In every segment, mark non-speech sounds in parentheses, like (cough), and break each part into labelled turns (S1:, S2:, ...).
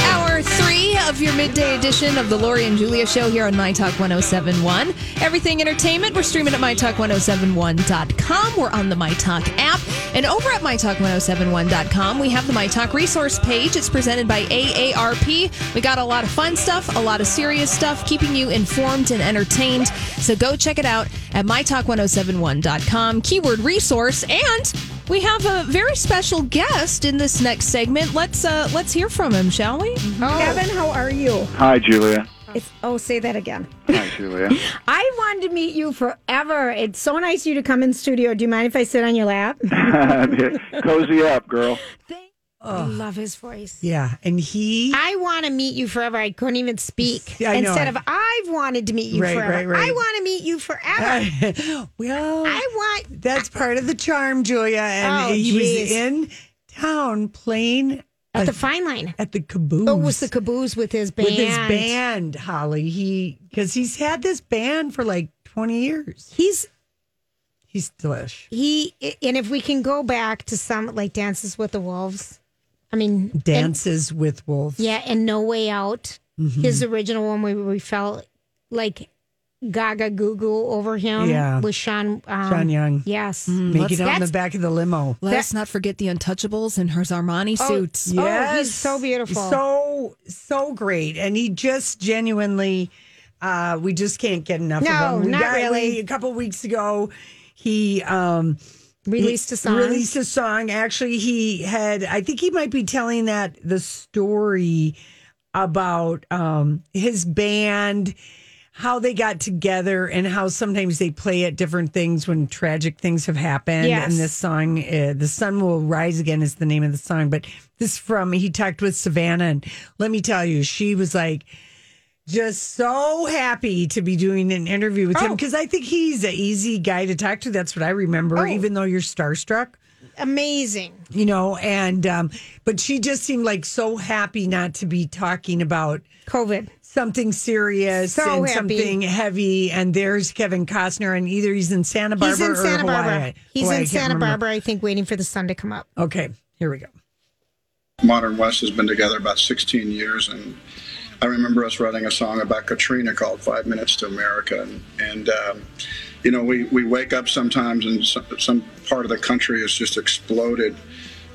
S1: Hour three of your midday edition of the Lori and Julia show here on My Talk 1071. Everything entertainment, we're streaming at MyTalk1071.com. We're on the My Talk app. And over at MyTalk1071.com, we have the My Talk resource page. It's presented by AARP. We got a lot of fun stuff, a lot of serious stuff, keeping you informed and entertained. So go check it out at MyTalk1071.com, keyword resource, and we have a very special guest in this next segment. Let's uh, let's hear from him, shall we?
S2: Kevin, how are you?
S3: Hi, Julia.
S2: It's oh, say that again.
S3: Hi, Julia. (laughs)
S2: I wanted to meet you forever. It's so nice of you to come in studio. Do you mind if I sit on your lap?
S3: Cozy up, girl.
S2: I love his voice.
S4: Yeah, and he (laughs)
S2: I want to meet you forever. I couldn't even speak.
S4: Yeah, I know.
S2: Instead of I've wanted to meet you
S4: Right,
S2: forever.
S4: right, right.
S2: I want to meet you forever.
S4: well,
S2: I want
S4: that's part of the charm, Julia. And
S2: Oh,
S4: he
S2: geez.
S4: was in town playing
S5: At the fine line.
S4: at the caboose.
S5: Oh, was the caboose with his band.
S4: with his band, Holly. He because he's had this band for like twenty years.
S5: He's
S4: He's delish.
S5: he and if we can go back to some like dances with the wolves. I mean and-
S4: Dances with wolves.
S5: yeah, and No Way Out.
S4: Mm-hmm.
S5: His original one where we felt like Gaga Goo Goo over him
S4: Yeah.
S5: with Sean um,
S4: Sean Young.
S5: Yes.
S4: Make it out in the
S5: that's-
S4: back of the limo.
S1: Let's not forget the Untouchables and her Armani suits.
S5: Oh, he's so beautiful.
S4: So so great, and he just genuinely. Uh, we just can't get enough
S5: No,
S4: of him. We
S5: not
S4: got- we-
S5: really.
S4: a couple weeks ago, he um,
S5: Released a song.
S4: Released a song. Actually, he had. I think he might be telling that the story about um, his band, how they got together, and how sometimes they play at different things when tragic things have happened.
S5: Yes.
S4: And this song, uh, "The Sun Will Rise Again," is the name of the song. But this is from he talked with Savannah, and let me tell you, she was like. Just so happy to be doing an interview with
S5: Oh.
S4: him because I think he's an easy guy to talk to. That's what I
S5: Oh.
S4: remember, even though you're starstruck
S5: Amazing.
S4: you know and um but she just seemed like so happy not to be talking about
S5: COVID.
S4: something serious
S5: So
S4: and
S5: happy.
S4: something heavy and there's kevin costner and either he's in santa barbara
S5: He's in
S4: or
S5: Santa
S4: Hawaii.
S5: Barbara. He's
S4: Hawaii, I
S5: in
S4: can't
S5: Santa
S4: remember.
S5: Barbara, I think, waiting for the sun to come up.
S4: okay here we go
S6: Modern West has been together about 16 years, and I remember us writing a song about Katrina called Five Minutes to America. And, and um, you know, we, we wake up sometimes and some, some part of the country has just exploded,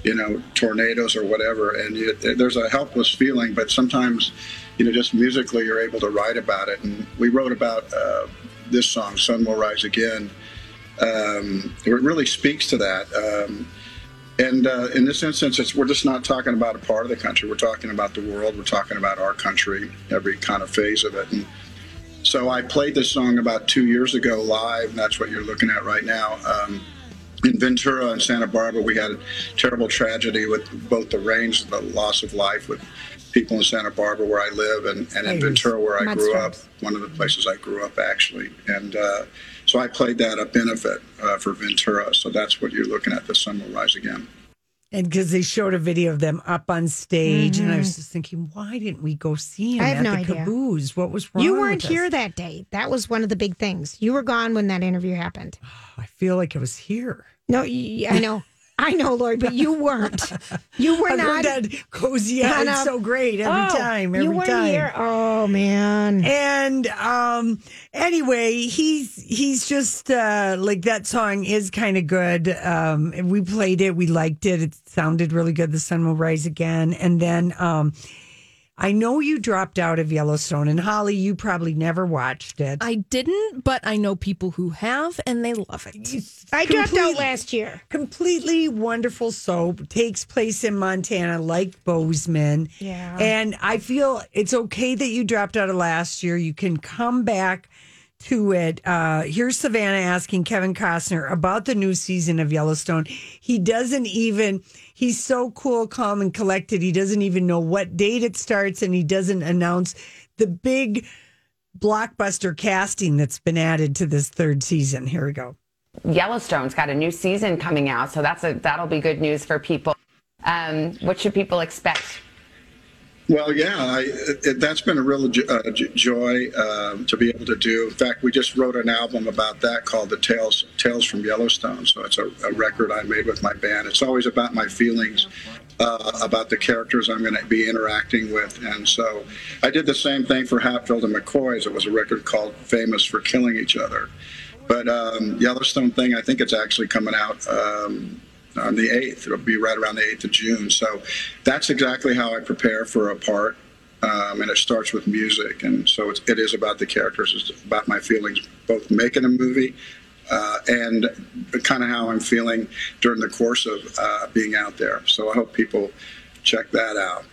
S6: you know, tornadoes or whatever, and you, there's a helpless feeling, but sometimes, you know, just musically you're able to write about it. And we wrote about uh, this song, Sun Will Rise Again. Um, it really speaks to that. Um, and uh, in this instance, it's, we're just not talking about a part of the country. We're talking about the world. We're talking about our country, every kind of phase of it. And so I played this song about two years ago live, and that's what you're looking at right now. Um, in Ventura and Santa Barbara, we had a terrible tragedy with both the rains, the loss of life with people in Santa Barbara, where I live, and, and in Ventura, where I grew up, one of the places I grew up, actually. And uh, so I played that a benefit uh, for Ventura. So that's what you're looking at. The sun will rise again.
S4: and because they showed a video of them up on stage and i was just thinking why didn't we go see him
S5: Mm-hmm. I have
S4: at
S5: no
S4: the
S5: idea.
S4: caboose what was wrong
S5: You
S4: with
S5: weren't
S4: us?
S5: here that day. That was one of the big things. You were gone when that interview happened.
S4: i feel like i was here
S5: No, y- I know. I know, Lori, but you weren't. You were
S4: I've
S5: not.
S4: heard that cozy up.
S5: on
S4: It's
S5: a-
S4: so great every
S5: Oh,
S4: time. Every
S5: you were
S4: time.
S5: here. Oh man.
S4: And um anyway, he's he's just uh like that song is kind of good. Um we played it, we liked it. It sounded really good. The sun will rise again. And then um I know you dropped out of Yellowstone and Holly, you probably never watched it.
S1: I didn't, but I know people who have, and they love it.
S5: I dropped out
S4: Completely-
S5: last year.
S4: completely wonderful soap takes place in Montana, like Bozeman.
S5: Yeah.
S4: And I feel it's okay that you dropped out of last year. You can come back to it. Uh, here's Savannah asking Kevin Costner about the new season of Yellowstone. He doesn't even, he's so cool, calm, and collected. He doesn't even know what date it starts and he doesn't announce the big blockbuster casting that's been added to this third season. Here we go.
S7: Yellowstone's got a new season coming out, so that's a, that'll be good news for people. Um, what should people expect?
S6: Well, yeah, I, it, it- that's been a real jo- uh, j- joy um, to be able to do. In fact, we just wrote an album about that called "The Tales Tales from Yellowstone." So it's a, a record I made with my band. It's always about my feelings uh, about the characters I'm going to be interacting with, and so I did the same thing for Hatfield and McCoy's. It was a record called "Famous for Killing Each Other," but um, Yellowstone thing, I think it's actually coming out. Um, on the 8th. It'll be right around the 8th of June. So that's exactly how I prepare for a part. Um, and it starts with music. And so it's, it is about the characters, it's about my feelings, both making a movie uh, and kind of how I'm feeling during the course of uh, being out there. So I hope people check that out.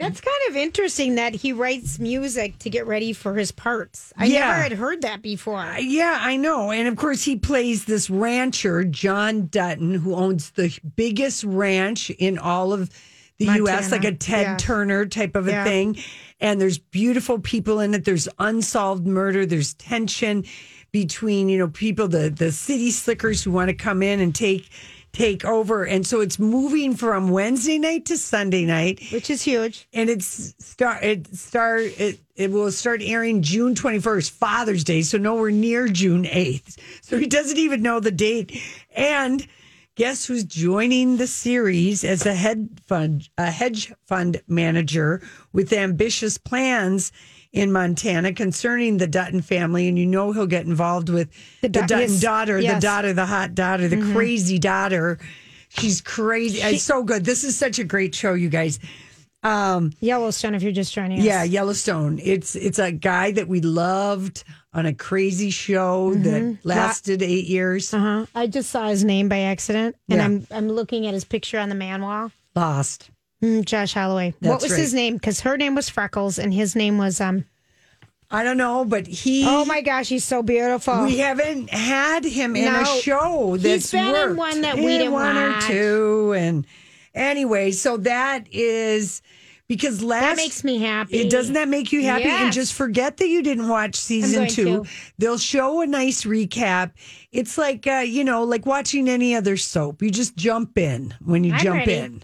S5: That's kind of interesting that he writes music to get ready for his parts. I
S4: Yeah.
S5: never had heard that before.
S4: Yeah, I know. And of course, he plays this rancher, John Dutton, who owns the biggest ranch in all of the
S5: Montana.
S4: U.S., like a Ted
S5: Yeah.
S4: Turner type of a
S5: Yeah.
S4: thing. And there's beautiful people in it. There's unsolved murder. There's tension between, you know, people, the, the city slickers who want to come in and take take over. And so it's moving from Wednesday night to Sunday night
S5: Which is huge.
S4: and it's start it start it, it will start airing June 21st Father's Day so nowhere near June 8th so he doesn't even know the date and guess who's joining the series as a head fund a hedge fund manager with ambitious plans in Montana concerning the Dutton family and you know he'll get involved with the,
S5: Dut-
S4: Dutton
S5: yes,
S4: daughter the
S5: yes. Mm-hmm.
S4: daughter the hot daughter the crazy daughter she's crazy it's so good this is such a great show you guys
S5: Yellowstone, if you're just joining us.
S4: yeah, Yellowstone. It's it's a guy that we loved on a crazy show that lasted eight years.
S5: Mm-hmm. Uh-huh. I just saw his name by accident, and
S4: Yeah.
S5: I'm I'm looking at his picture on the man wall.
S4: Lost.
S5: Mm, Josh Holloway. what
S4: That's
S5: was
S4: right.
S5: his name? Because her name was Freckles, and his name was um.
S4: I don't know, but he.
S5: Oh my gosh, he's so beautiful.
S4: We haven't had him in a
S5: No.
S4: show
S5: He's
S4: that's
S5: been in
S4: worked.
S5: one that we
S4: In
S5: didn't
S4: one
S5: watch.
S4: or two, and anyway, so that is because last
S5: that makes me happy.
S4: It doesn't that make you happy? And
S5: Yes.
S4: just forget that you didn't watch season
S5: going
S4: two.
S5: to.
S4: They'll show a nice recap. It's like uh, you know, like watching any other soap. You just jump in when you
S5: I'm
S4: jump
S5: ready.
S4: in.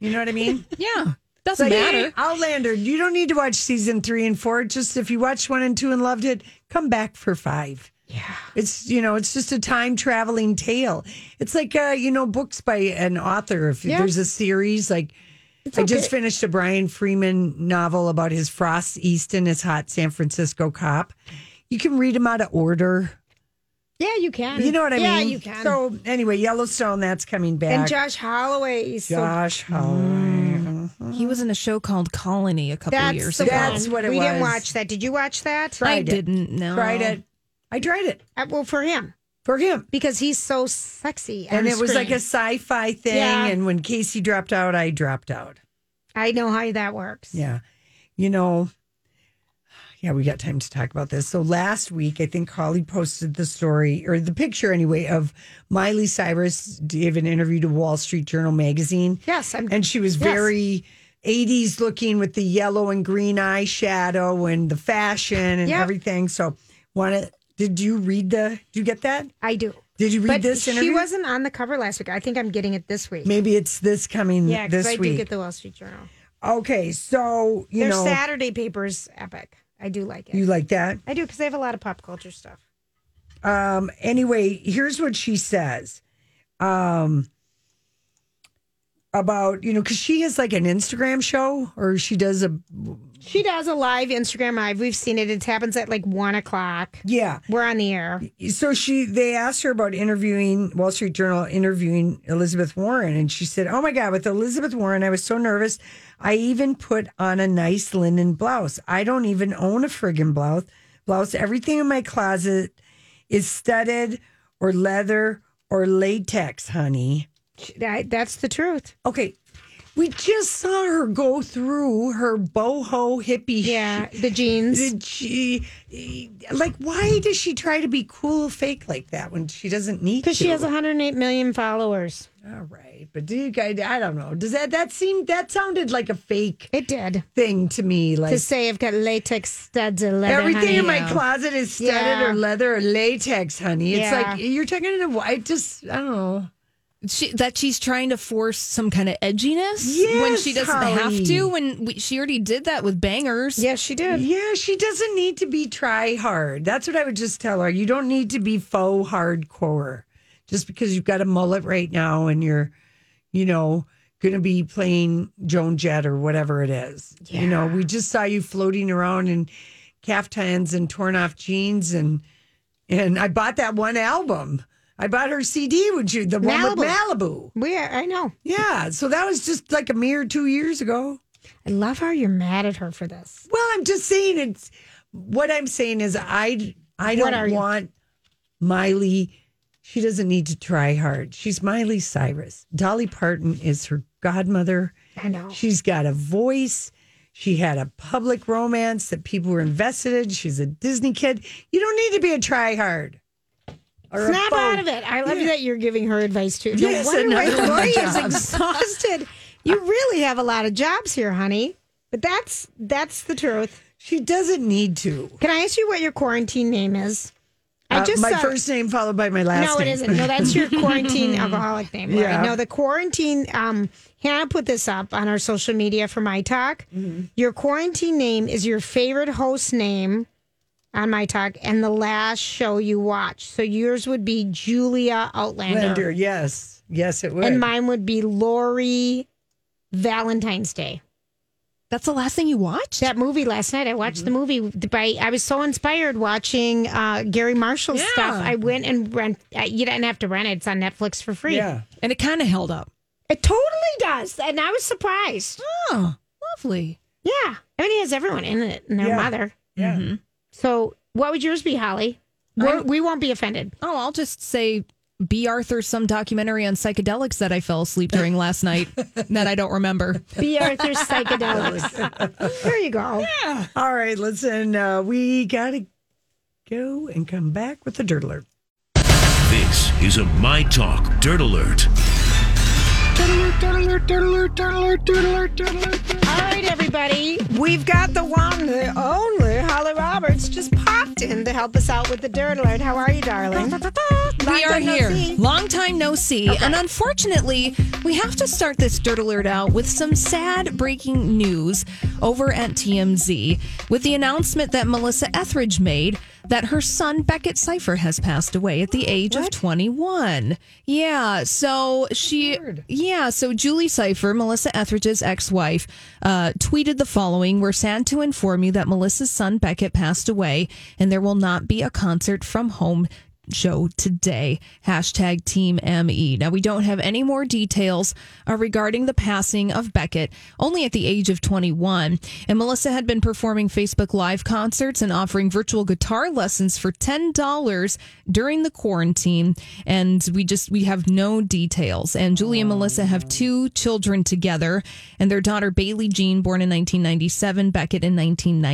S4: You know what I mean?
S1: Yeah, doesn't
S4: Like,
S1: matter.
S4: hey, Outlander. You don't need to watch season three and four. Just if you watched one and two and loved it, come back for five. Yeah, it's you know, it's just a time traveling tale. It's like uh, you know, books by an author. If there's a series, like I just finished a Brian Freeman novel about his Frost Easton, his hot San Francisco cop. You can read them out of order.
S5: Yeah, you can.
S4: You know what I
S5: yeah,
S4: mean?
S5: you can.
S4: So anyway, Yellowstone that's coming back.
S5: and Josh Holloway is so
S4: Josh Holloway.
S1: He was in a show called Colony a couple
S5: That's
S1: years
S5: the
S1: ago.
S4: That's
S5: one.
S4: what it
S5: we didn't
S4: was.
S5: watch that. Did you watch that?
S1: I
S4: Tried it.
S1: didn't know.
S4: Tried it. I tried it
S5: Uh, well, for him
S4: for him.
S5: because he's so sexy. on
S4: and it was
S5: screen.
S4: like a sci-fi thing.
S5: Yeah.
S4: And when Casey dropped out, I dropped out.
S5: I know how that works.
S4: Yeah, you know, yeah, we got time to talk about this. So last week, I think Holly posted the story or the picture anyway of Miley Cyrus gave an interview to Wall Street Journal magazine.
S5: Yes, I'm.
S4: and she was
S5: Yes.
S4: very 80s looking with the yellow and green eye shadow and the fashion and
S5: Yep.
S4: everything. So, want to? Did you read the? Did you get that?
S5: I do.
S4: Did you read
S5: But
S4: this
S5: she
S4: interview?
S5: wasn't on the cover last week. I think I'm getting it this week.
S4: Maybe it's this coming
S5: yeah, because
S4: this
S5: I do
S4: week.
S5: get the Wall Street Journal.
S4: okay, so you
S5: Their
S4: know
S5: Saturday papers epic. I do like it.
S4: you like that.
S5: I do because they have a lot of pop culture stuff.
S4: Um, anyway, here's what she says. Um, about you know because she has like an Instagram show or she does a
S5: She does a live Instagram live. We've seen it. It happens at like one o'clock.
S4: yeah.
S5: We're on the air.
S4: So she they asked her about interviewing Wall Street Journal interviewing Elizabeth Warren and she said, "Oh my god, with Elizabeth Warren, I was so nervous. I even put on a nice linen blouse. I don't even own a friggin' blouse. Blouse. Everything in my closet is studded or leather or latex, honey."
S5: That, that's the truth.
S4: Okay. We just saw her go through her boho hippie
S5: Yeah, the jeans.
S4: did she like why does she try to be cool fake like that when she doesn't need
S5: Because
S4: to
S5: she has 108 million followers.
S4: all right but do you guys i don't know does that that seem that sounded like a fake
S5: It did.
S4: thing to me like
S5: To say I've got latex studs and leather.
S4: everything in
S5: honey,
S4: my
S5: no.
S4: closet is studded
S5: Yeah.
S4: or leather or latex honey it's
S5: Yeah.
S4: like you're talking to i just i don't know
S1: She, that she's trying to force some kind of edginess when
S4: Yes,
S1: she doesn't
S4: Holly.
S1: have to. When we, she already did that with bangers.
S5: Yes, she did.
S4: yeah she doesn't need to be try hard that's what i would just tell her you don't need to be faux hardcore just because you've got a mullet right now and you're you know, going to be playing Joan Jett or whatever it is. You know, we just saw you floating around in caftans and torn off jeans and and I bought that one album. I bought her CD, would you? The one with Malibu.
S5: We are, I know.
S4: Yeah. So that was just like a mere two years ago.
S5: I love how you're mad at her for this.
S4: Well, I'm just saying it's what I'm saying is I I
S5: What are
S4: don't
S5: you-
S4: want Miley. She doesn't need to try hard. She's Miley Cyrus. Dolly Parton is her godmother.
S5: I know.
S4: She's got a voice. She had a public romance that people were invested in. She's a Disney kid. You don't need to be a tryhard. Or a
S5: Snap
S4: faux.
S5: out of it. I love that you're giving her advice too. No
S4: Yes,
S5: wonder why
S4: another one
S5: Lori
S4: of
S5: is
S4: jobs.
S5: exhausted. You really have a lot of jobs here, honey. But that's that's the truth.
S4: She doesn't need to.
S5: Can I ask you what your quarantine name is? I
S4: Uh, my
S5: saw-
S4: first name followed by my last
S5: No,
S4: name.
S5: it isn't. No, that's your
S4: (laughs)
S5: quarantine alcoholic name. Lori.
S4: Yeah.
S5: No, the quarantine. Um, Hannah put this up on our social media for my talk.
S4: Mm-hmm.
S5: Your quarantine name is your favorite host name on my talk and the last show you watch. So yours would be Julia Outlander,
S4: Lander, yes. Yes, it would.
S5: and mine would be Lori Valentine's Day.
S1: That's the last thing you watch.
S5: That movie last night, I watched the movie
S4: Mm-hmm.
S5: by. I was so inspired watching uh, Gary Marshall's stuff. I went and rent. Uh, you didn't have to rent it. It's on Netflix for free.
S4: yeah.
S1: and it kind of held up.
S5: It totally does. And I was surprised.
S1: Oh, lovely.
S5: Yeah. I mean, he has everyone in it and their
S4: Yeah.
S5: mother. Mm-hmm.
S4: Yeah.
S5: So, what would yours be, Holly? We're, we won't be offended.
S1: Oh, I'll just say B. Arthur, some documentary on psychedelics that I fell asleep during last night that I don't remember.
S5: B. (laughs) Arthur's (laughs) psychedelics. there you go.
S4: All right, listen, uh, we got to go and come back with the dirt alert.
S8: This is a My Talk Dirt Alert.
S5: All right, everybody. We've got the one, the only Holly Roberts just popped in to help us out with the dirt alert. How are you, darling?
S1: We are
S5: time no
S1: here.
S5: see.
S1: Long time no see. And unfortunately, we have to start this dirt alert out with some sad breaking news over at TMZ with the announcement that Melissa Etheridge made that her son Beckett Cypher has passed away at the age of 21. Yeah, so she Yeah, so Julie Cypher, Melissa Etheridge's ex-wife, uh, tweeted the following, "We're sad to inform you that Melissa's son Beckett passed away and there will not be a concert from home show today. Hashtag Team ME. Now, we don't have any more details uh, regarding the passing of Beckett, only at the age of 21. And Melissa had been performing Facebook Live concerts and offering virtual guitar lessons for $10 during the quarantine. And we just, we have no details. And Julie and Melissa have two children together, and their daughter Bailey Jean, born in 1997, Beckett in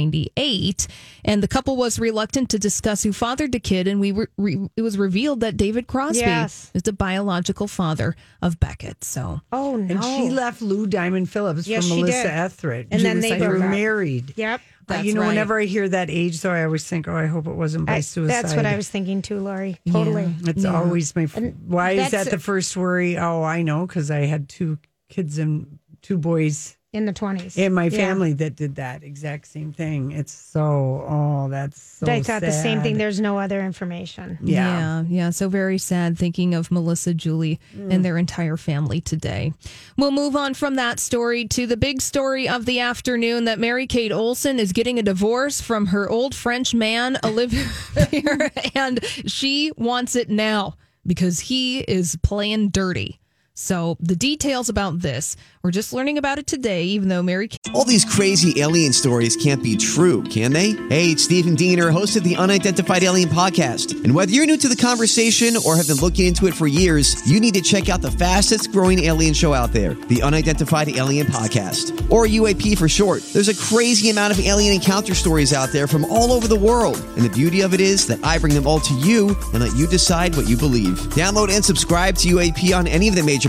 S1: 1998. And the couple was reluctant to discuss who fathered the kid, and we were re, it was revealed that David Crosby
S5: Yes.
S1: is the biological father of Beckett. So
S5: Oh, no.
S4: And she left Lou Diamond Phillips
S5: Yes,
S4: for
S5: she
S4: Melissa
S5: did.
S4: Etheridge.
S5: And then they
S4: were
S5: broke up.
S4: married.
S5: Yep.
S4: But
S1: That's
S4: you know,
S1: right.
S4: whenever I hear that age, though, I always think, oh, I hope it wasn't by
S5: I-
S4: suicide.
S5: That's what I was thinking too, Lori. Totally.
S4: It's always my. F- why is
S5: that's-
S4: that the first worry? Oh, I know, because I had two kids and two boys
S5: in the 20s.
S4: In my
S5: Yeah.
S4: family that did that exact same thing. It's so oh, that's so
S5: I thought the same
S4: sad.
S5: thing. There's no other information.
S4: Yeah.
S1: yeah, yeah. So very sad thinking of Melissa, Julie,
S4: Mm.
S1: and their entire family today. We'll move on from that story to the big story of the afternoon that Mary Kate Olsen is getting a divorce from her old French
S4: (laughs)
S1: man, Olivier, and she wants it now because he is playing dirty. So the details about this, we're just learning about it today, even though Mary Kate.
S7: All these crazy alien stories can't be true, can they? Hey, it's Stephen Diener, host of the Unidentified Alien Podcast. And whether you're new to the conversation or have been looking into it for years, you need to check out the fastest growing alien show out there, the Unidentified Alien Podcast, or UAP for short. There's a crazy amount of alien encounter stories out there from all over the world. And the beauty of it is that I bring them all to you and let you decide what you believe. Download and subscribe to UAP on any of the major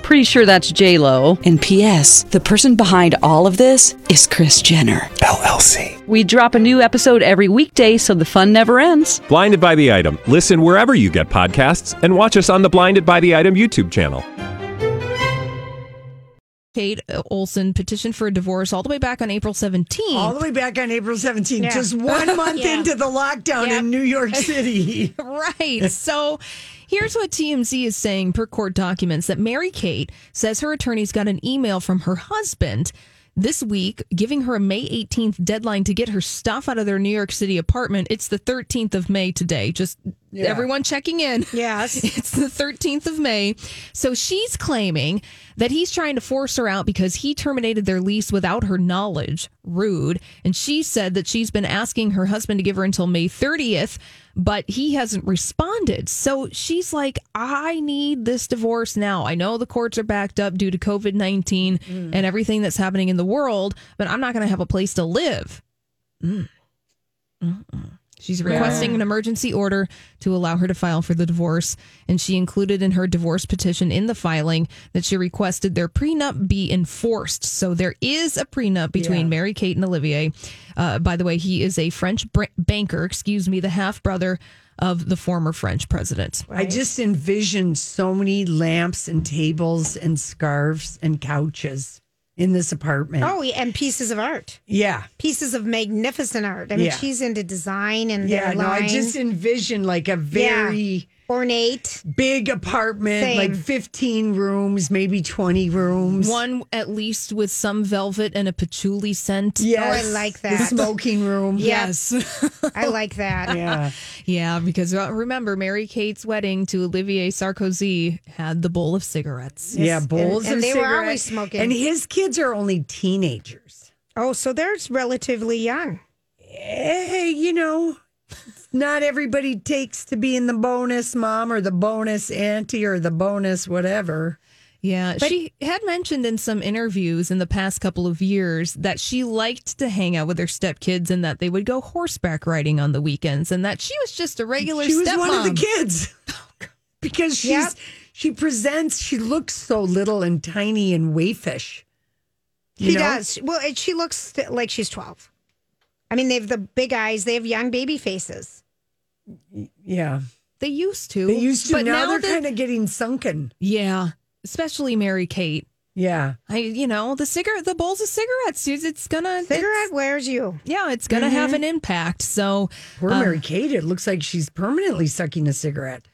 S9: Pretty sure that's J Lo. And P.S. The person behind all of this is Chris Jenner LLC. We drop a new episode every weekday, so the fun never ends.
S10: Blinded by the item. Listen wherever you get podcasts, and watch us on the Blinded by the Item YouTube channel.
S1: Kate Olsen petitioned for a divorce all the way back on April 17th.
S4: All the way back on April 17th,
S1: Yeah.
S5: (laughs)
S4: just one month
S1: Yeah.
S4: into the lockdown in New York City.
S1: (laughs) right. So here's what TMZ is saying per court documents that Mary Kate says her attorneys got an email from her husband this week giving her a May 18th deadline to get her stuff out of their New York City apartment. It's the 13th of May today. Just
S5: Yeah.
S1: everyone checking in. Yes. It's the 13th of May. So she's claiming that he's trying to force her out because he terminated their lease without her knowledge. Rude. And she said that she's been asking her husband to give her until May 30th, but he hasn't responded. So she's like, I need this divorce now. I know the courts are backed up due to COVID 19 and everything that's happening in the world, but I'm not going to have a place to live. She's requesting an emergency order to allow her to file for the divorce, and she included in her divorce petition in the filing that she requested their prenup be enforced. So there is a prenup between Mary Kate and Olivier. Uh, by the way, he is a French br- banker, excuse me, the half brother of the former French president.
S4: I just envisioned so many lamps and tables and scarves and couches in this apartment.
S5: Oh, yeah, and pieces of art,
S4: yeah.
S5: pieces of magnificent art. I mean,
S4: Yeah.
S5: she's into design and
S4: Yeah,
S5: their
S4: no, I
S5: line.
S4: just envisioned like a very
S5: ornate,
S4: big apartment,
S5: Same.
S4: like 15 rooms, maybe 20 rooms.
S1: One at least with some velvet and a patchouli scent.
S5: Oh,
S4: Yes. The smoking room.
S1: Yes.
S4: (laughs)
S5: I like that.
S4: Yeah.
S1: Yeah, because uh, remember, Mary Kate's wedding to Olivier Sarkozy had the bowl of cigarettes.
S4: Yeah, bowls
S5: and
S4: of
S5: they were
S4: cigarette-
S5: always smoking.
S4: And his kids are only teenagers.
S5: Oh, so they're relatively young.
S4: Hey, you know, not everybody takes to being the bonus mom or the bonus auntie or the bonus whatever.
S1: Yeah, she had mentioned in some interviews in the past couple of years that she liked to hang out with her stepkids and that they would go horseback riding on the weekends and that she was just a regular
S4: She was
S1: stepmom.
S4: one of the kids (laughs) Oh, because she's she presents. She looks so little and tiny and waifish.
S5: She does. Well, and she looks th- like she's 12. I mean, they have the big eyes, they have young baby faces.
S4: Yeah,
S1: They used to.
S4: they used to.
S1: But
S4: now,
S1: now
S4: they're
S1: that-
S4: kind of getting sunken.
S1: Yeah, especially Mary Kate.
S4: Yeah,
S1: I, you know, the cigarette, the bowls of cigarettes. It's it's gonna
S5: cigarette wears you.
S1: Yeah, it's
S4: mm-hmm.
S1: gonna have an impact. So
S4: poor
S1: uh,
S4: Mary Kate. It looks like she's permanently sucking a cigarette.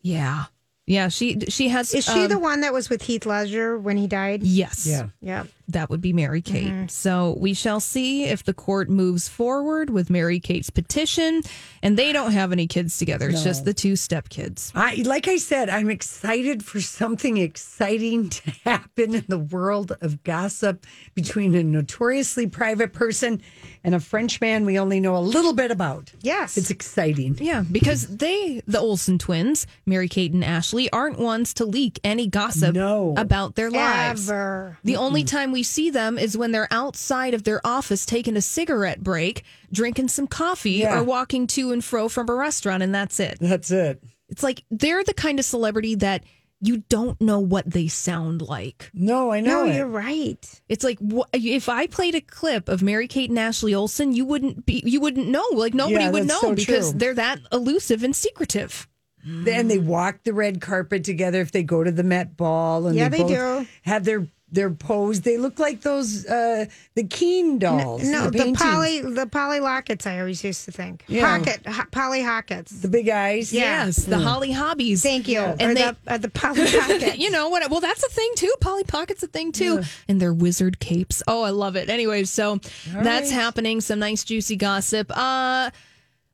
S1: Yeah, yeah. She she has. um,
S5: Is
S4: um,
S5: she the one that was with Heath Ledger when he died?
S1: Yes.
S4: Yeah.
S5: Yeah.
S1: That would be Mary Kate.
S4: Mm-hmm.
S1: So we shall see if the court moves forward with Mary Kate's petition. And they don't have any kids together. It's just the two stepkids.
S4: I like I said, I'm excited for something exciting to (laughs) happen in the world of gossip between a notoriously private person and a Frenchman we only know a little bit about.
S5: Yes.
S4: It's exciting.
S1: Yeah, because they, the Olsen twins, Mary Kate and Ashley, aren't ones to leak any gossip
S4: No.
S1: about their lives.
S5: Ever.
S1: The only time we see them is when they're outside of their office taking a cigarette break, drinking some coffee,
S4: Yeah.
S1: or walking to and fro from a restaurant, and that's it.
S4: That's it.
S1: It's like they're the kind of celebrity that you don't know what they sound like.
S4: No, I
S5: know No, it. you're right.
S1: It's like wh- if I played a clip of Mary Kate and Ashley Olsen, you wouldn't be, you wouldn't know. Like nobody
S4: Yeah,
S1: would know
S4: that's so
S1: because
S4: true.
S1: they're that elusive and secretive.
S4: and they walk the red carpet together if they go to the Met Ball and
S1: Yeah,
S4: they,
S1: they
S4: both
S1: do.
S4: have their their pose. They look like those uh the Keen dolls.
S5: No, the,
S4: paintings.
S5: Polly the Polly Lockets. I always used to think
S4: Yeah.
S5: Pocket ho- Polly Hockets.
S4: The big eyes.
S1: Yes,
S4: Mm.
S1: the Holly Hobbies.
S5: Thank you.
S1: And
S5: or
S1: they-
S5: the, uh, the Polly Pocket.
S1: you know what? Well, that's a thing too. Polly Pocket's a thing too. And their wizard capes. Oh, I love it. Anyway, so that's
S4: right.
S1: happening. Some nice juicy gossip. Uh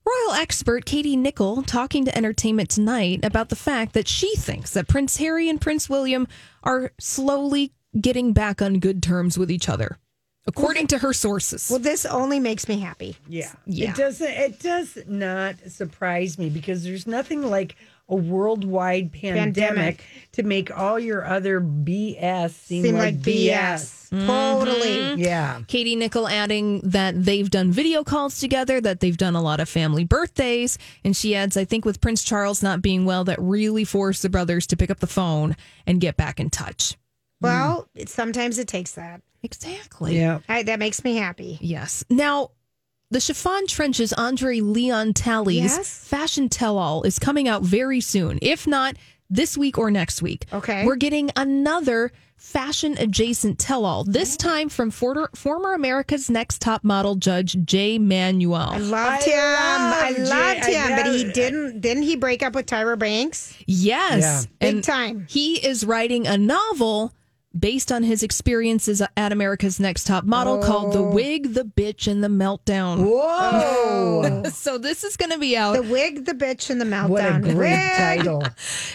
S1: Royal expert Katie Nichol talking to Entertainment Tonight about the fact that she thinks that Prince Harry and Prince William are slowly getting back on good terms with each other, according to her sources.
S5: Well, this only makes me happy.
S4: Yeah.
S1: Yeah.
S4: It doesn't it does not surprise me because there's nothing like a worldwide pandemic,
S5: Pandemic.
S4: to make all your other BS seem,
S5: Seem
S4: like, Mm-hmm.
S5: like
S4: BS.
S5: Totally.
S4: Yeah.
S1: Katie Nichol adding that they've done video calls together, that they've done a lot of family birthdays. And she adds, I think with Prince Charles not being well, that really forced the brothers to pick up the phone and get back in touch.
S5: Well, it, sometimes it takes that.
S1: Exactly.
S5: I, that makes me happy.
S1: Yes. Now, the chiffon trenches Andre Leon Talley's
S5: Yes.
S1: fashion tell all is coming out very soon, if not this week or next week.
S5: Okay.
S1: We're getting another fashion adjacent tell all, this time from forder, former America's Next Top Model judge Jay Manuel.
S5: I loved
S4: I
S5: him. I
S4: loved
S5: loved
S4: it. I
S5: him, but he
S4: never-
S5: didn't. Didn't he break up with Tyra Banks?
S1: Yes.
S5: Big
S1: And
S5: time.
S1: He is writing a novel based on his experiences at America's Next Top Model called
S5: Oh.
S1: The Wig, The Bitch, and The Meltdown.
S4: Whoa.
S1: (laughs) So this is going to be out.
S5: The wig, the bitch, and the meltdown.
S4: Oh, What a great
S5: Wig. (laughs)
S4: title.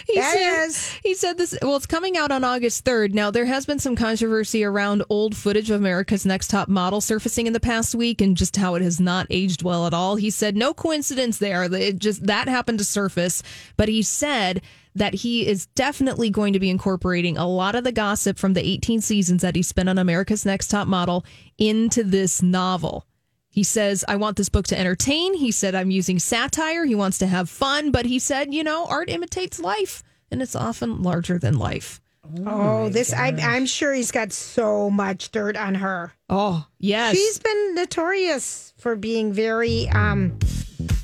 S1: He
S5: That
S1: said,
S5: is-
S1: He said this. Well, it's coming out on August 3rd. Now, there has been some controversy around old footage of America's Next Top Model surfacing in the past week and just how it has not aged well at all. He said, no coincidence there. It just that happened to surface. But he said that he is definitely going to be incorporating a lot of the gossip from the 18 seasons that he spent on America's Next Top Model into this novel. He says, I want this book to entertain. He said, I'm using satire. He wants to have fun. But he said, you know, art imitates life and it's often larger than life.
S5: Oh, this I, I'm sure he's got so much dirt on her.
S1: Oh, yes.
S5: She's been notorious for being very um,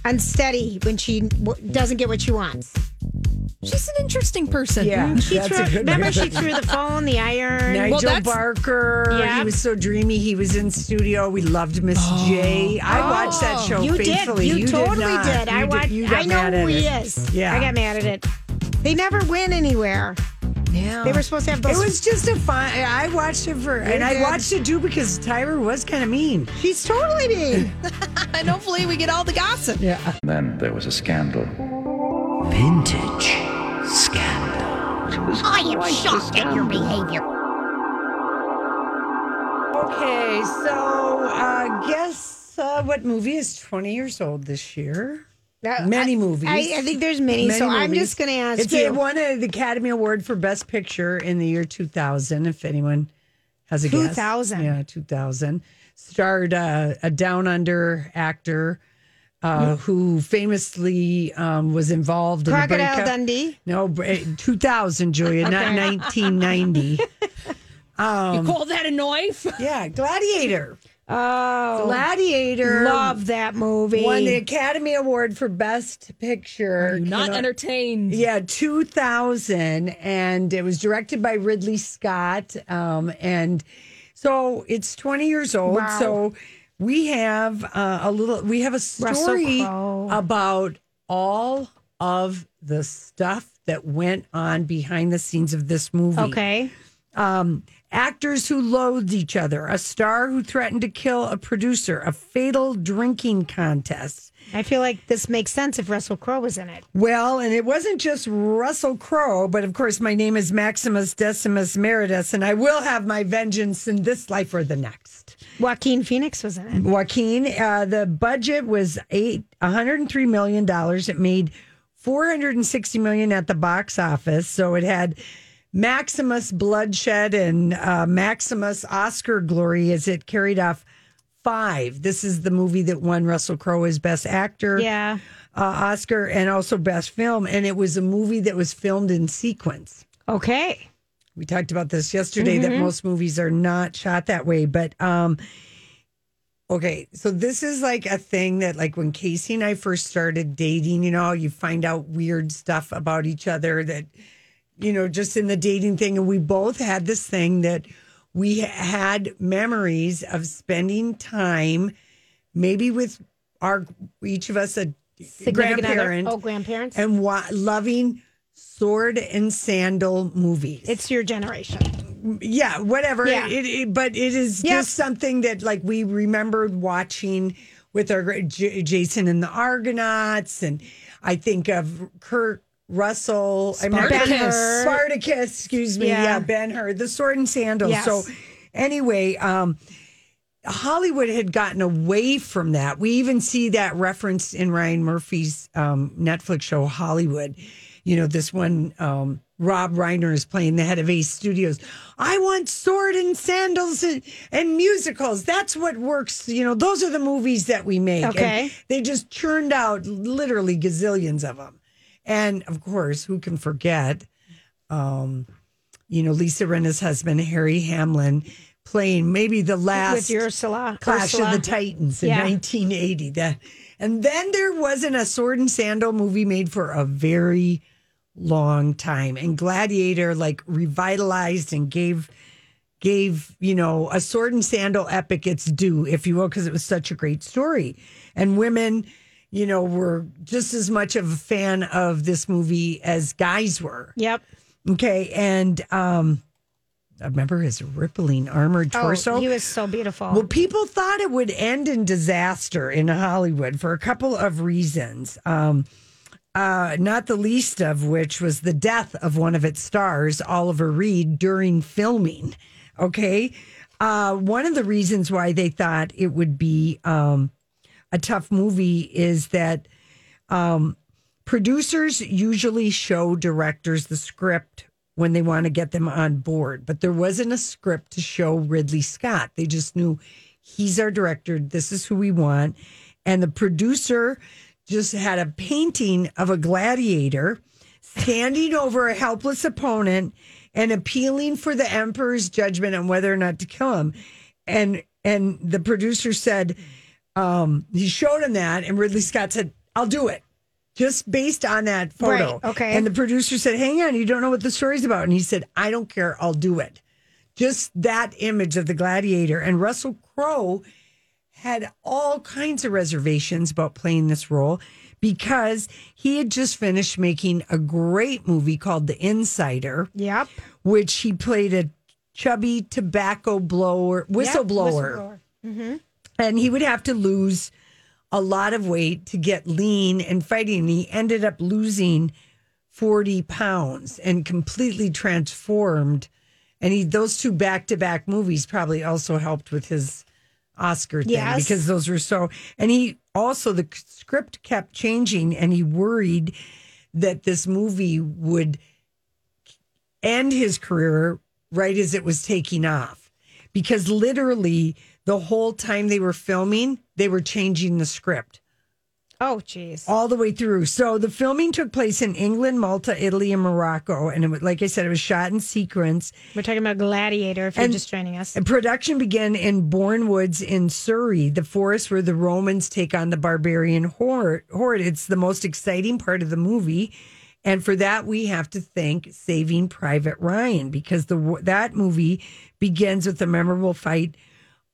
S5: unsteady when she w- doesn't get what she wants.
S1: She's an interesting person.
S4: Yeah.
S5: She
S4: that's
S5: threw,
S4: a good
S5: remember
S4: one. (laughs)
S5: she threw the phone, the iron.
S1: Well,
S4: Nigel
S1: that's-
S4: Barker. He
S5: Yeah. Oh.
S4: was so dreamy. He was in studio. We loved Miss J. I watched that show
S5: You did.
S4: faithfully.
S5: You, totally
S4: not.
S5: did. I
S4: You
S5: watched.
S4: you got
S5: I
S4: mad
S5: know
S4: at
S5: who he
S4: it.
S5: is.
S4: Yeah.
S5: I got mad at it. They never win anywhere.
S1: Yeah.
S5: They were supposed to have
S4: It
S5: those.
S4: was just a fun. I watched it for, and I
S5: did.
S4: watched it too because Tyra was kind of mean.
S5: She's totally (laughs) mean.
S1: and hopefully we get all the gossip.
S4: Yeah.
S11: Then there was a scandal.
S12: Vintage scandal.
S13: I am shocked at your behavior.
S4: Okay, so uh, guess uh, what movie is 20 years old this year?
S5: That-
S4: Many
S5: I-
S4: movies.
S5: I, I think there's many. so I'm just going to ask
S4: It's,
S5: you.
S4: It won uh, the Academy Award for Best Picture in the year 2000, if anyone has a guess.
S5: 2000.
S4: Yeah, 2000. Starred uh, a down under actor
S5: Hmm.
S4: uh, who famously um, was involved in the
S5: Crocodile
S4: breakup.
S5: Dundee.
S4: No, br- 2000, Julia, not
S5: Okay. (laughs)
S4: 1990. Um,
S1: Call that a (laughs) knife?
S4: yeah, Gladiator.
S5: Oh,
S4: Gladiator.
S5: love that movie.
S4: Won the Academy Award for Best Picture.
S1: Not
S4: You know,
S1: entertained.
S4: yeah, 2000. And it was directed by Ridley Scott. Um, and so it's 20 years old.
S5: Wow.
S4: So we have uh, a little, we have a
S5: Russell
S4: story
S5: Crowe.
S4: about all of the stuff that went on behind the scenes of this movie
S5: Okay.
S4: um, actors who loathed each other, a star who threatened to kill a producer, a fatal drinking contest.
S5: I feel like this makes sense if Russell Crowe was in it.
S4: Well, and it wasn't just Russell Crowe, but of course, my name is Maximus Decimus Meritus, and I will have my vengeance in this life or the next.
S5: Joaquin Phoenix was in it.
S4: Joaquin, uh, the budget was eight, $103 million. It made $460 million at the box office. So it had Maximus Bloodshed and uh, Maximus Oscar Glory as it carried off five. This is the movie that won Russell Crowe as Best Actor.
S5: Yeah.
S4: uh, Oscar and also Best Film. And it was a movie that was filmed in sequence.
S5: Okay.
S4: We talked about this yesterday that
S5: Mhm.
S4: most movies are not shot that way. But um, okay, so this is like a thing that, like, when Casey and I first started dating, you know, you find out weird stuff about each other that, you know, just in the dating thing. And we both had this thing that we had memories of spending time maybe with our each of us a
S5: Significant other-
S4: grandparent
S5: Oh, grandparents.
S4: and wa- loving sword and sandal movies.
S5: It's your generation.
S4: yeah, whatever.
S5: Yeah.
S4: It, it, but it is just something that like we remembered watching with our great J- Jason and the Argonauts, and I think of Kurt Russell, I
S5: Spartacus.
S4: remember Spartacus. Excuse me,
S5: Yeah.
S4: yeah, Ben Hur, the sword and sandal.
S5: Yes.
S4: So anyway, um, Hollywood had gotten away from that. We even see that referenced in Ryan Murphy's um, Netflix show Hollywood. You know, this one um, Rob Reiner is playing the head of Ace Studios. I want sword and sandals and, and musicals. That's what works. You know, those are the movies that we make. And
S5: Okay.
S4: they just churned out literally gazillions of them. And of course, who can forget um, you know, Lisa Rinna's husband, Harry Hamlin, playing maybe the last
S5: With Ursula.
S4: Clash
S5: Ursula.
S4: of the Titans in
S5: Yeah.
S4: 1980. That, and then there wasn't a sword and sandal movie made for a very long time. And Gladiator like revitalized and gave gave you know a sword and sandal epic its due, if you will, because it was such a great story. And women, you know, were just as much of a fan of this movie as guys were.
S5: Yep.
S4: Okay, and um, I remember his rippling armored
S5: Oh,
S4: torso.
S5: he was so beautiful.
S4: Well, people thought it would end in disaster in Hollywood for a couple of reasons. Um, uh, not the least of which was the death of one of its stars, Oliver Reed, during filming. Okay. Uh, one of the reasons why they thought it would be um, a tough movie is that um, producers usually show directors the script when they want to get them on board, but there wasn't a script to show Ridley Scott. They just knew he's our director, this is who we want. And the producer just had a painting of a gladiator standing over a helpless opponent and appealing for the emperor's judgment on whether or not to kill him. And and the producer said, um, he showed him that, and Ridley Scott said, "I'll do it." Just based on that photo.
S5: Right, okay.
S4: And the producer said, Hang on, you don't know what the story's about. And he said, I don't care, I'll do it. Just that image of the gladiator. And Russell Crowe had all kinds of reservations about playing this role because he had just finished making a great movie called The Insider.
S5: Yep.
S4: Which he played a chubby tobacco blower, whistleblower.
S5: Mm-hmm.
S4: And he would have to lose a lot of weight to get lean and fighting. He ended up losing 40 pounds and completely transformed. And he, those two back to back movies probably also helped with his Oscar thing
S5: Yes.
S4: because those were so. And he also, the script kept changing and he worried that this movie would end his career right as it was taking off because literally the whole time they were filming they were changing the script
S5: Oh, jeez.
S4: all the way through so the filming took place in england malta italy and morocco and it was, like i said it was shot in sequence
S5: We're talking about Gladiator if
S4: And-
S5: you're just joining us.
S4: and production began in Bourne Woods in Surrey, the forest where the Romans take on the barbarian horde. horde. It's the most exciting part of the movie. And for that, we have to thank Saving Private Ryan because the that movie begins with a memorable fight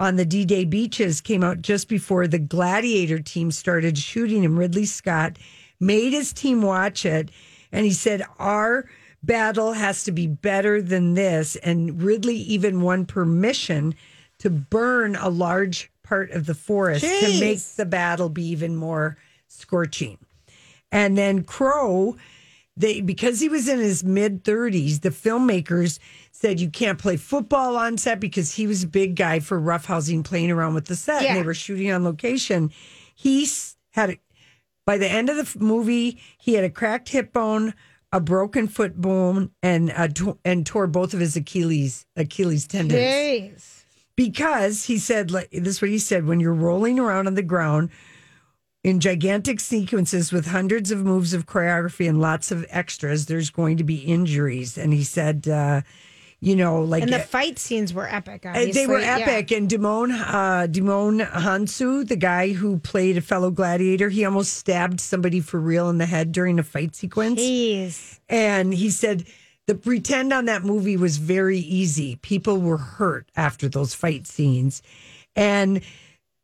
S4: on the D Day beaches, came out just before the Gladiator team started shooting, and Ridley Scott made his team watch it. And he said, Our battle has to be better than this. And Ridley even won permission to burn a large part of the forest to
S5: Jeez.
S4: make the battle be even more scorching. And then Crow, they because he was in his mid 30s, the filmmakers said you can't play football on set because he was a big guy for roughhousing, playing around with the set, and
S5: Yeah.
S4: they were shooting on location. He s- had a, by the end of the f- movie, he had a cracked hip bone, a broken foot bone, and uh, to- and tore both of his Achilles Achilles tendons
S5: Jeez.
S4: because he said like this is what he said when you're rolling around on the ground In gigantic sequences with hundreds of moves of choreography and lots of extras, there's going to be injuries. And he said, uh, you know, like
S5: and the fight scenes were epic.
S4: uh, they were
S5: obviously. Yeah.
S4: epic. And Damon, uh, Damon Hansu, the guy who played a fellow gladiator, he almost stabbed somebody for real in the head during a fight sequence.
S5: Jeez.
S4: And he said the pretend on that movie was very easy. People were hurt after those fight scenes. And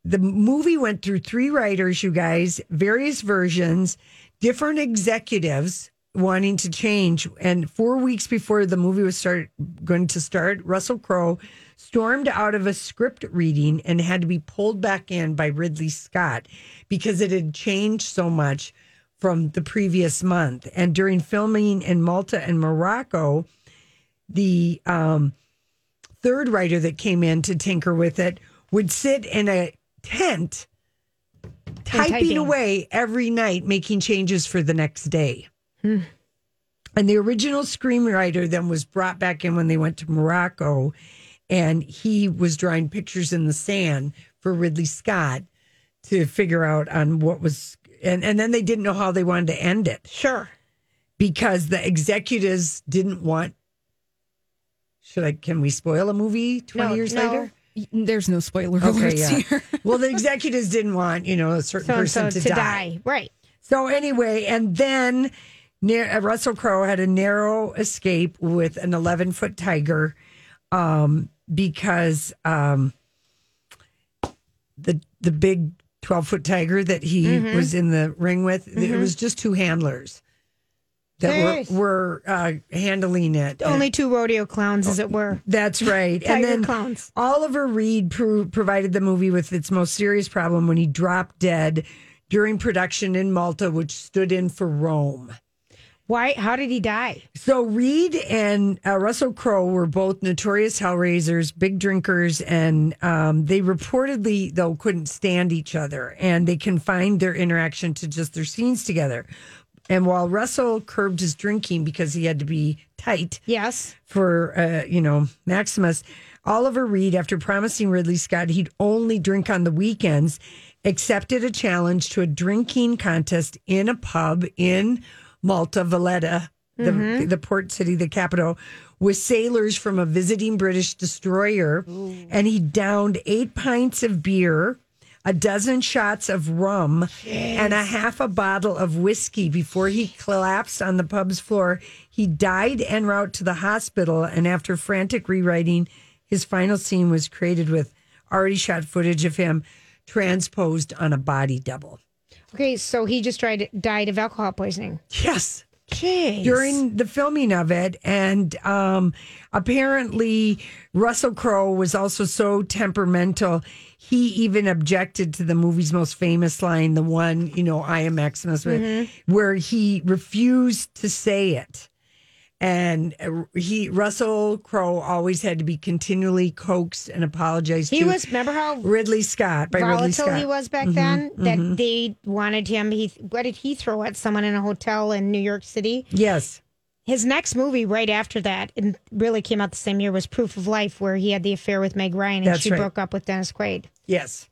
S4: the movie went through three writers, you guys, various versions, different executives wanting to change. And four weeks before the movie was start going to start, Russell Crowe stormed out of a script reading and had to be pulled back in by Ridley Scott because it had changed so much from the previous month. And during filming in Malta and Morocco, the um, third writer that came in to tinker with it would sit in a tent typing,
S5: typing.
S4: away every night, making changes for the next day.
S5: Hmm.
S4: And the original screenwriter then was brought back in when they went to Morocco, and he was drawing pictures in the sand for Ridley Scott to figure out on what was and and then they didn't know how they wanted to end it.
S5: Sure.
S4: Because the executives didn't want should I can we spoil a movie 20
S1: No,
S4: years
S1: no.
S4: later?
S1: There's no spoiler
S4: Okay,
S1: alerts
S4: yeah.
S1: here. (laughs)
S4: well, the executives didn't want, you know, a certain
S5: So and
S4: person
S5: so
S4: to,
S5: to die. Right.
S4: So anyway, and then near, uh, Russell Crowe had a narrow escape with an 11 foot tiger um, because um, the the big 12 foot tiger that he
S5: Mhm.
S4: was in the ring with, it
S5: Mhm.
S4: was just two handlers that
S5: Nice.
S4: were, were uh, handling it.
S5: Only two rodeo clowns,
S4: Oh.
S5: as it were.
S4: That's right.
S5: Tiger
S4: and then
S5: clowns.
S4: Oliver Reed pro- provided the movie with its most serious problem when he dropped dead during production in Malta, which stood in for Rome.
S5: Why? How did he die?
S4: So Reed and uh, Russell Crowe were both notorious hellraisers, big drinkers, and um, they reportedly though couldn't stand each other, and they confined their interaction to just their scenes together. And while Russell curbed his drinking because he had to be tight,
S5: Yes.
S4: for uh, you know Maximus. Oliver Reed, after promising Ridley Scott he'd only drink on the weekends, accepted a challenge to a drinking contest in a pub in Malta, Valletta, the,
S5: Mhm.
S4: the port city, the capital, with sailors from a visiting British destroyer, and he downed eight pints of beer. A dozen shots of rum and a half a bottle of whiskey before he collapsed on the pub's floor. He died en route to the hospital, and after frantic rewriting, his final scene was created with already shot footage of him transposed on a body double.
S5: Okay, so he just tried, died of alcohol poisoning.
S4: Yes.
S5: Jeez.
S4: during the filming of it. And um, apparently, Russell Crowe was also so temperamental, he even objected to the movie's most famous line, the one, you know, I am Maximus,
S5: Mhm.
S4: where he refused to say it. And uh, he Russell Crowe always had to be continually coaxed and apologized
S5: He
S4: to
S5: was. Remember how
S4: Ridley Scott by Ridley
S5: volatile
S4: Scott.
S5: he was back
S4: Mhm,
S5: then? That
S4: mhm.
S5: they wanted him. He what did he throw at someone in a hotel in New York City?
S4: yes.
S5: His next movie, right after that, and really came out the same year, was Proof of Life, where he had the affair with Meg Ryan and
S4: That's
S5: she
S4: right.
S5: broke up with Dennis Quaid.
S4: Yes.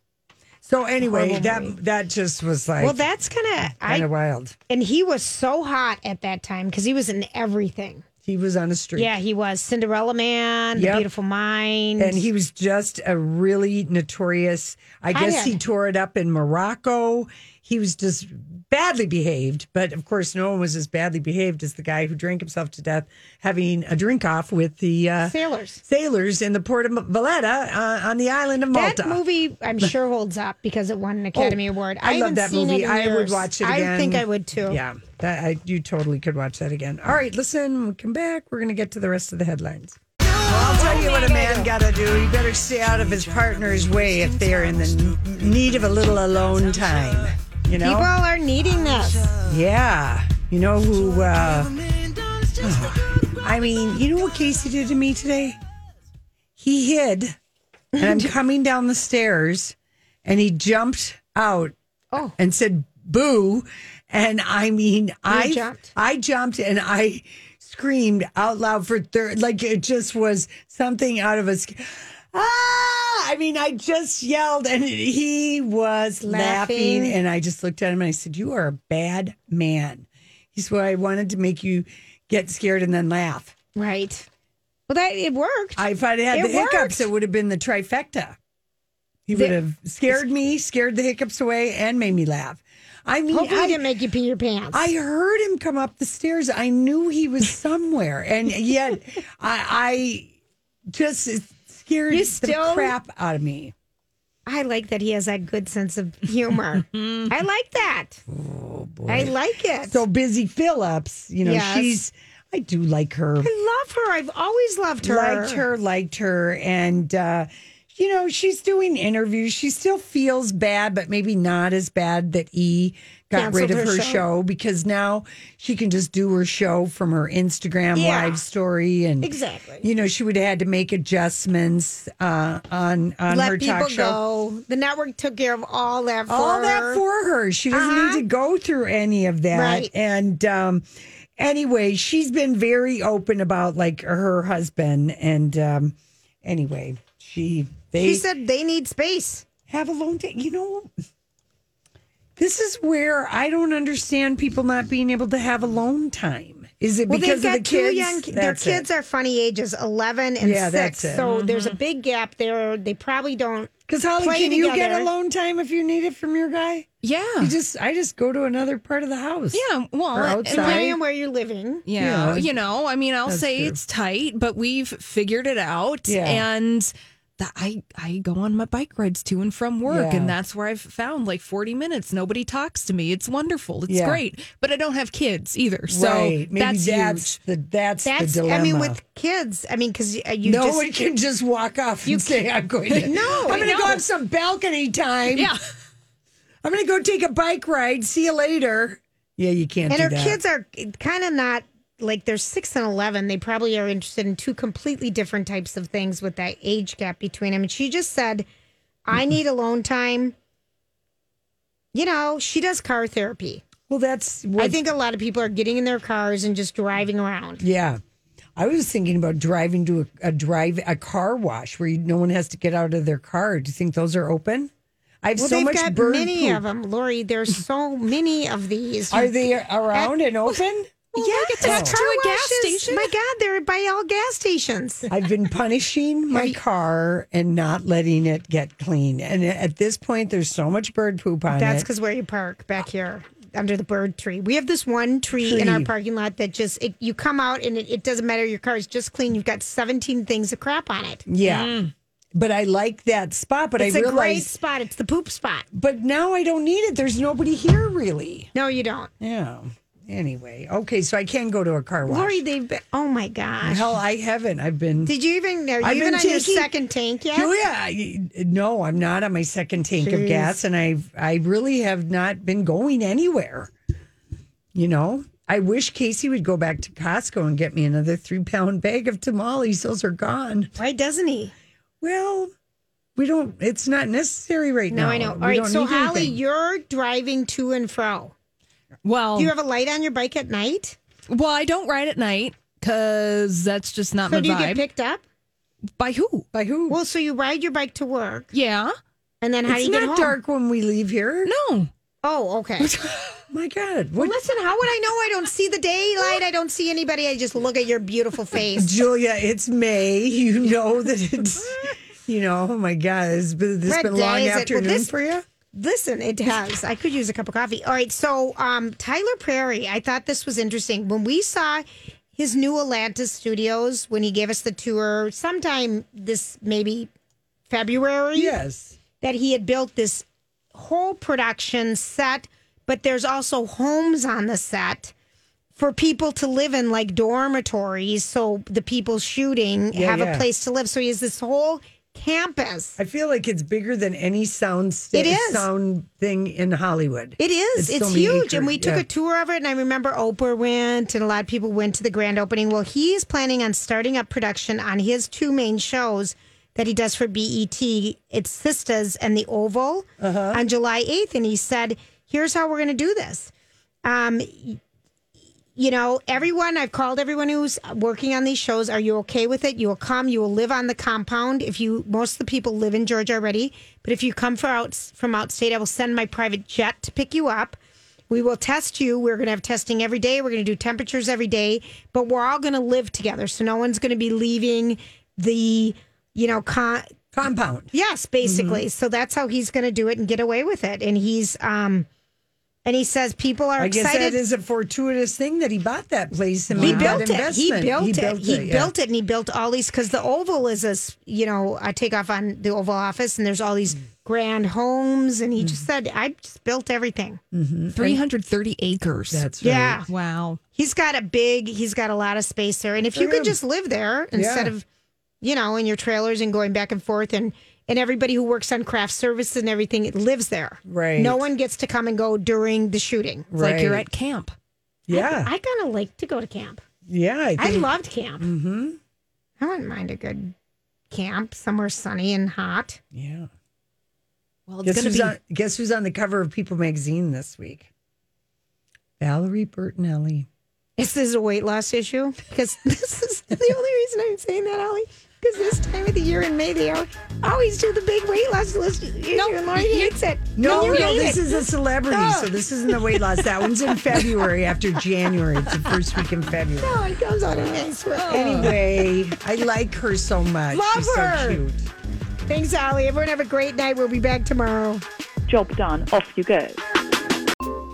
S4: So anyway,
S5: Horrible
S4: that
S5: movie.
S4: that just was like
S5: well, that's kind of
S4: kind
S5: I.
S4: of wild.
S5: And he was so hot at that time because he was in everything.
S4: He was on a street.
S5: Yeah, he was Cinderella Man,
S4: Yep.
S5: The Beautiful Mind,
S4: And he was just a really notorious. I guess he
S5: Hothead.
S4: tore it up in Morocco. He was just badly behaved, but of course, no one was as badly behaved as the guy who drank himself to death having a drink off with the uh,
S5: Sailors.
S4: sailors in the port of Valletta uh, on the island of Malta.
S5: That movie, I'm
S4: (laughs)
S5: sure, holds up because it won an Academy Award.
S4: Oh, I, love
S5: haven't
S4: that
S5: seen
S4: movie.
S5: It in
S4: I would
S5: years.
S4: watch it
S5: I
S4: again.
S5: think I would too.
S4: Yeah, that, I, you totally could watch that again. All right, listen, when we come back. We're going to get to the rest of the headlines. I'll tell you what a man got to do. He better stay out of his partner's way if they're in the n- need of a little alone time. You know?
S5: People are needing this.
S4: Yeah. You know who, uh, (sighs) I mean, you know what Casey did to me today? He hid,
S5: (laughs)
S4: and I'm coming down the stairs, and he jumped out
S5: oh.
S4: and said, boo. And I mean, I
S5: jumped?
S4: I jumped and I screamed out loud for third. Like it just was something out of a. sc- Ah! I mean, I just yelled and he was laughing.
S5: Laughing.
S4: And I just looked at him and I said, You are a bad man. He said, Well, I wanted to make you get scared and then laugh.
S5: Right. Well, that it worked.
S4: I, if I'd had
S5: It
S4: the hiccups,
S5: worked.
S4: it would have been the trifecta. He
S5: The-
S4: would have scared me, scared the hiccups away, and made me laugh. I mean,
S5: Hopefully,
S4: I,
S5: it didn't make you pee your pants.
S4: I heard him come up the stairs. I knew he was somewhere, and
S5: (laughs)
S4: yet I, I just it scared
S5: You
S4: the
S5: still-
S4: crap out of me.
S5: I like that he has that good sense of (laughs) humor. I like that. I like it.
S4: So busy Phillips, you know,
S5: Yes.
S4: she's. I do like her.
S5: I love her. I've always loved her.
S4: Liked her, liked her, and uh, you know she's doing interviews. She still feels bad, but maybe not as bad that E got
S5: Canceled
S4: rid of
S5: her
S4: her,
S5: show.
S4: show. because now she can just do her show from her Instagram
S5: Yeah.
S4: live story, and
S5: Exactly.
S4: you know she would have had to make adjustments uh, on on
S5: Let
S4: her
S5: people
S4: talk show.
S5: go. The network took care of all that for
S4: All
S5: her.
S4: that for her. She doesn't
S5: Uh-huh.
S4: need to go through any of that.
S5: Right.
S4: And um, anyway, she's been very open about like her husband. And um, anyway, she they
S5: she said they need space.
S4: have a long day. You know, this is where I don't understand people not being able to have alone time. Is it
S5: Well,
S4: because
S5: they've
S4: of
S5: got two
S4: the kids?
S5: young. Their
S4: That's it.
S5: kids are funny ages, eleven and
S4: Yeah,
S5: six.
S4: that's it.
S5: So there's a big gap there. They probably don't.
S4: Because Holly,
S5: play
S4: can you get
S5: together.
S4: alone time if you need it from your guy?
S1: Yeah.
S4: You just I just go to another part of the house.
S1: Yeah, well,
S4: or
S1: and- and
S4: outside.
S5: Depending on where you're living.
S1: Yeah,
S4: Yeah.
S1: you know, I mean, I'll
S4: That's
S1: say
S4: true.
S1: it's tight, but we've figured it out,
S4: Yeah.
S1: and the, I I go on my bike rides to and from work,
S4: Yeah.
S1: and that's where I've found like forty minutes. Nobody talks to me. It's wonderful. It's
S4: Yeah.
S1: great, but I don't have kids either, so
S4: right. Maybe
S1: that's,
S4: that's,
S1: huge.
S4: the that's,
S5: That's.
S4: the dilemma.
S5: I mean, with kids. I mean, because you.
S4: no
S5: just,
S4: one can just walk off and say I'm going
S5: (laughs)
S4: to.
S5: No,
S4: I'm going to
S5: no.
S4: go have some balcony time.
S1: Yeah,
S4: I'm going to go take a bike ride. See you later. Yeah, you can't.
S5: And
S4: do
S5: her
S4: that.
S5: kids are kind of not like they're six and eleven. They probably are interested in two completely different types of things with that age gap between them. And she just said, "I need alone time." You know, she does car therapy.
S4: Well, that's. What,
S5: I think a lot of people are getting in their cars and just driving around.
S4: Yeah, I was thinking about driving to a, a drive a car wash where you, no one has to get out of their car. Do you think those are open? I have
S5: Well,
S4: so
S5: they've
S4: much
S5: got
S4: bird
S5: many
S4: poop.
S5: of them, Lori. There's
S4: (laughs)
S5: so many of these.
S4: Are
S5: You-
S4: they around
S5: (laughs)
S4: and open?
S5: yes,
S1: attached to
S5: car
S1: a gas
S5: washes.
S1: station?
S5: My God, they're by all gas stations.
S4: I've been punishing my car and not letting it get clean. And at this point, there's so much bird poop on
S5: That's
S4: it.
S5: because where you park back here under the bird tree. We have this one tree, in our
S4: Tree.
S5: parking lot that just it, you come out and it, it doesn't matter. Your car is just clean. You've got 17 things of crap on it.
S4: yeah. But I like that spot. But
S5: Mm. It's
S4: I
S5: a great
S4: realize.
S5: spot. It's the poop spot.
S4: But now I don't need it. There's nobody here really.
S5: No, you don't,
S4: Yeah. Anyway, okay. So I can go to a car wash.
S5: Lori. They've been. Oh my gosh.
S4: Hell, I haven't. I've been.
S5: Did you even? Are you
S4: I've
S5: even
S4: been
S5: on your
S4: taking-
S5: second tank yet?
S4: Julia, I- no, I'm not on my second tank of
S5: Jeez.
S4: gas, and I I really have not been going anywhere. You know, I wish Casey would go back to Costco and get me another three pound bag of tamales. Those are gone.
S5: Why doesn't he?
S4: Well, we don't. It's not necessary right
S5: No,
S4: now.
S5: I know. All
S4: We
S5: right.
S4: don't
S5: So
S4: need
S5: Holly,
S4: anything.
S5: you're driving to and fro.
S1: well,
S4: Oh.
S5: Do you have a light on your bike at night?
S1: well, I don't ride at night because that's just not
S5: So
S1: my
S5: do you
S1: vibe.
S5: get picked up?
S1: By who?
S4: by who?
S5: Well, so you ride your bike to work,
S1: Yeah,
S5: and then how do
S4: it's
S5: you get home?
S4: not dark when we leave here.
S1: no,
S5: Oh, okay.
S4: My God,
S5: Well,
S4: what?
S5: listen, how would I know? I don't see the daylight. I don't see anybody. I just look at your
S4: (laughs)
S5: beautiful face.
S4: Julia, it's May. (laughs) You
S5: (laughs)
S4: know that it's. You know, oh my God, it's been, this
S5: What
S4: been
S5: day
S4: long
S5: is it? Well,
S4: afternoon
S5: this-
S4: for you.
S5: Listen, it has. I could use a cup of coffee. All right, so um, Tyler Perry, I thought this was interesting. When we saw his new Atlanta studios, when he gave us the tour sometime this maybe February,
S4: Yes.
S5: that he had built this whole production set, but there's also homes on the set for people to live in, like dormitories. So the people shooting
S4: Yeah,
S5: have a
S4: yeah.
S5: place to live. So he has this whole campus.
S4: I feel like it's bigger than any sound sta-
S5: It is.
S4: sound thing in Hollywood.
S5: It is. It's,
S4: so many
S5: huge.
S4: acre-
S5: and we took
S4: yeah.
S5: a tour of it. And I remember Oprah went and a lot of people went to the grand opening. Well, he is planning on starting up production on his two main shows that he does for BET. It's Sistas and The Oval
S4: Uh-huh.
S5: on July 8th. And he said, here's how we're going to do this. Um, you know, everyone, I've called everyone who's working on these shows. Are you okay with it? You will come. You will live on the compound. If you, most of the people live in Georgia already, but if you come from out, from outstate, I will send my private jet to pick you up. We will test you. We're going to have testing every day. We're going to do temperatures every day, but we're all going to live together. So no one's going to be leaving the, you know, con-
S4: compound.
S5: Yes,
S4: Mm-hmm.
S5: basically. So that's how he's going to do it and get away with it. And he's, um, and he says people are
S4: I guess
S5: excited.
S4: that is a fortuitous thing that he bought that place and
S5: He
S4: made that
S5: built it. He
S4: investment.
S5: built it. He
S4: yeah.
S5: built it, and he built all these because the Oval is a s- you know a takeoff on the Oval Office, and there's all these grand homes, and he just said, "I just built everything."
S1: 330 acres.
S4: That's
S5: Yeah.
S1: Wow.
S5: He's got a big. He's got a lot of space there, and if you
S4: Look at
S5: could
S4: him.
S5: just live there instead
S4: Yeah.
S5: of, you know, in your trailers and going back and forth, and and everybody who works on craft services and everything lives there.
S4: Right.
S5: No one gets to come and go during the shooting.
S1: It's like you're
S4: Right.
S1: at camp.
S4: Yeah.
S5: I kind of like to go to camp.
S4: yeah. I,
S5: I
S4: think,
S5: loved camp.
S4: hmm
S5: I wouldn't mind a good camp somewhere sunny and hot.
S4: Yeah.
S1: Well, it's
S4: Guess
S1: going to
S4: who's,
S1: be.
S4: on, guess who's on the cover of People magazine this week? Valerie Bertinelli.
S5: Is this a weight loss issue? Because (laughs) this is the only reason I'm saying that, Ollie. Because this time of the year in May, they al- always do the big weight loss list issue, and Lori hates it.
S4: No,
S5: And you
S4: no,
S5: hate
S4: this
S5: it.
S4: is a celebrity,
S5: No.
S4: so this isn't the weight loss. That one's in February after January. It's the first week in February.
S5: No, Oh, it comes out in May.
S4: Oh.
S5: Swear.
S4: Anyway, I like her so much.
S5: Love
S4: She's
S5: her.
S4: so cute.
S5: Thanks, Ollie. Everyone have a great night. We'll be back tomorrow.
S14: Job done. Off you go.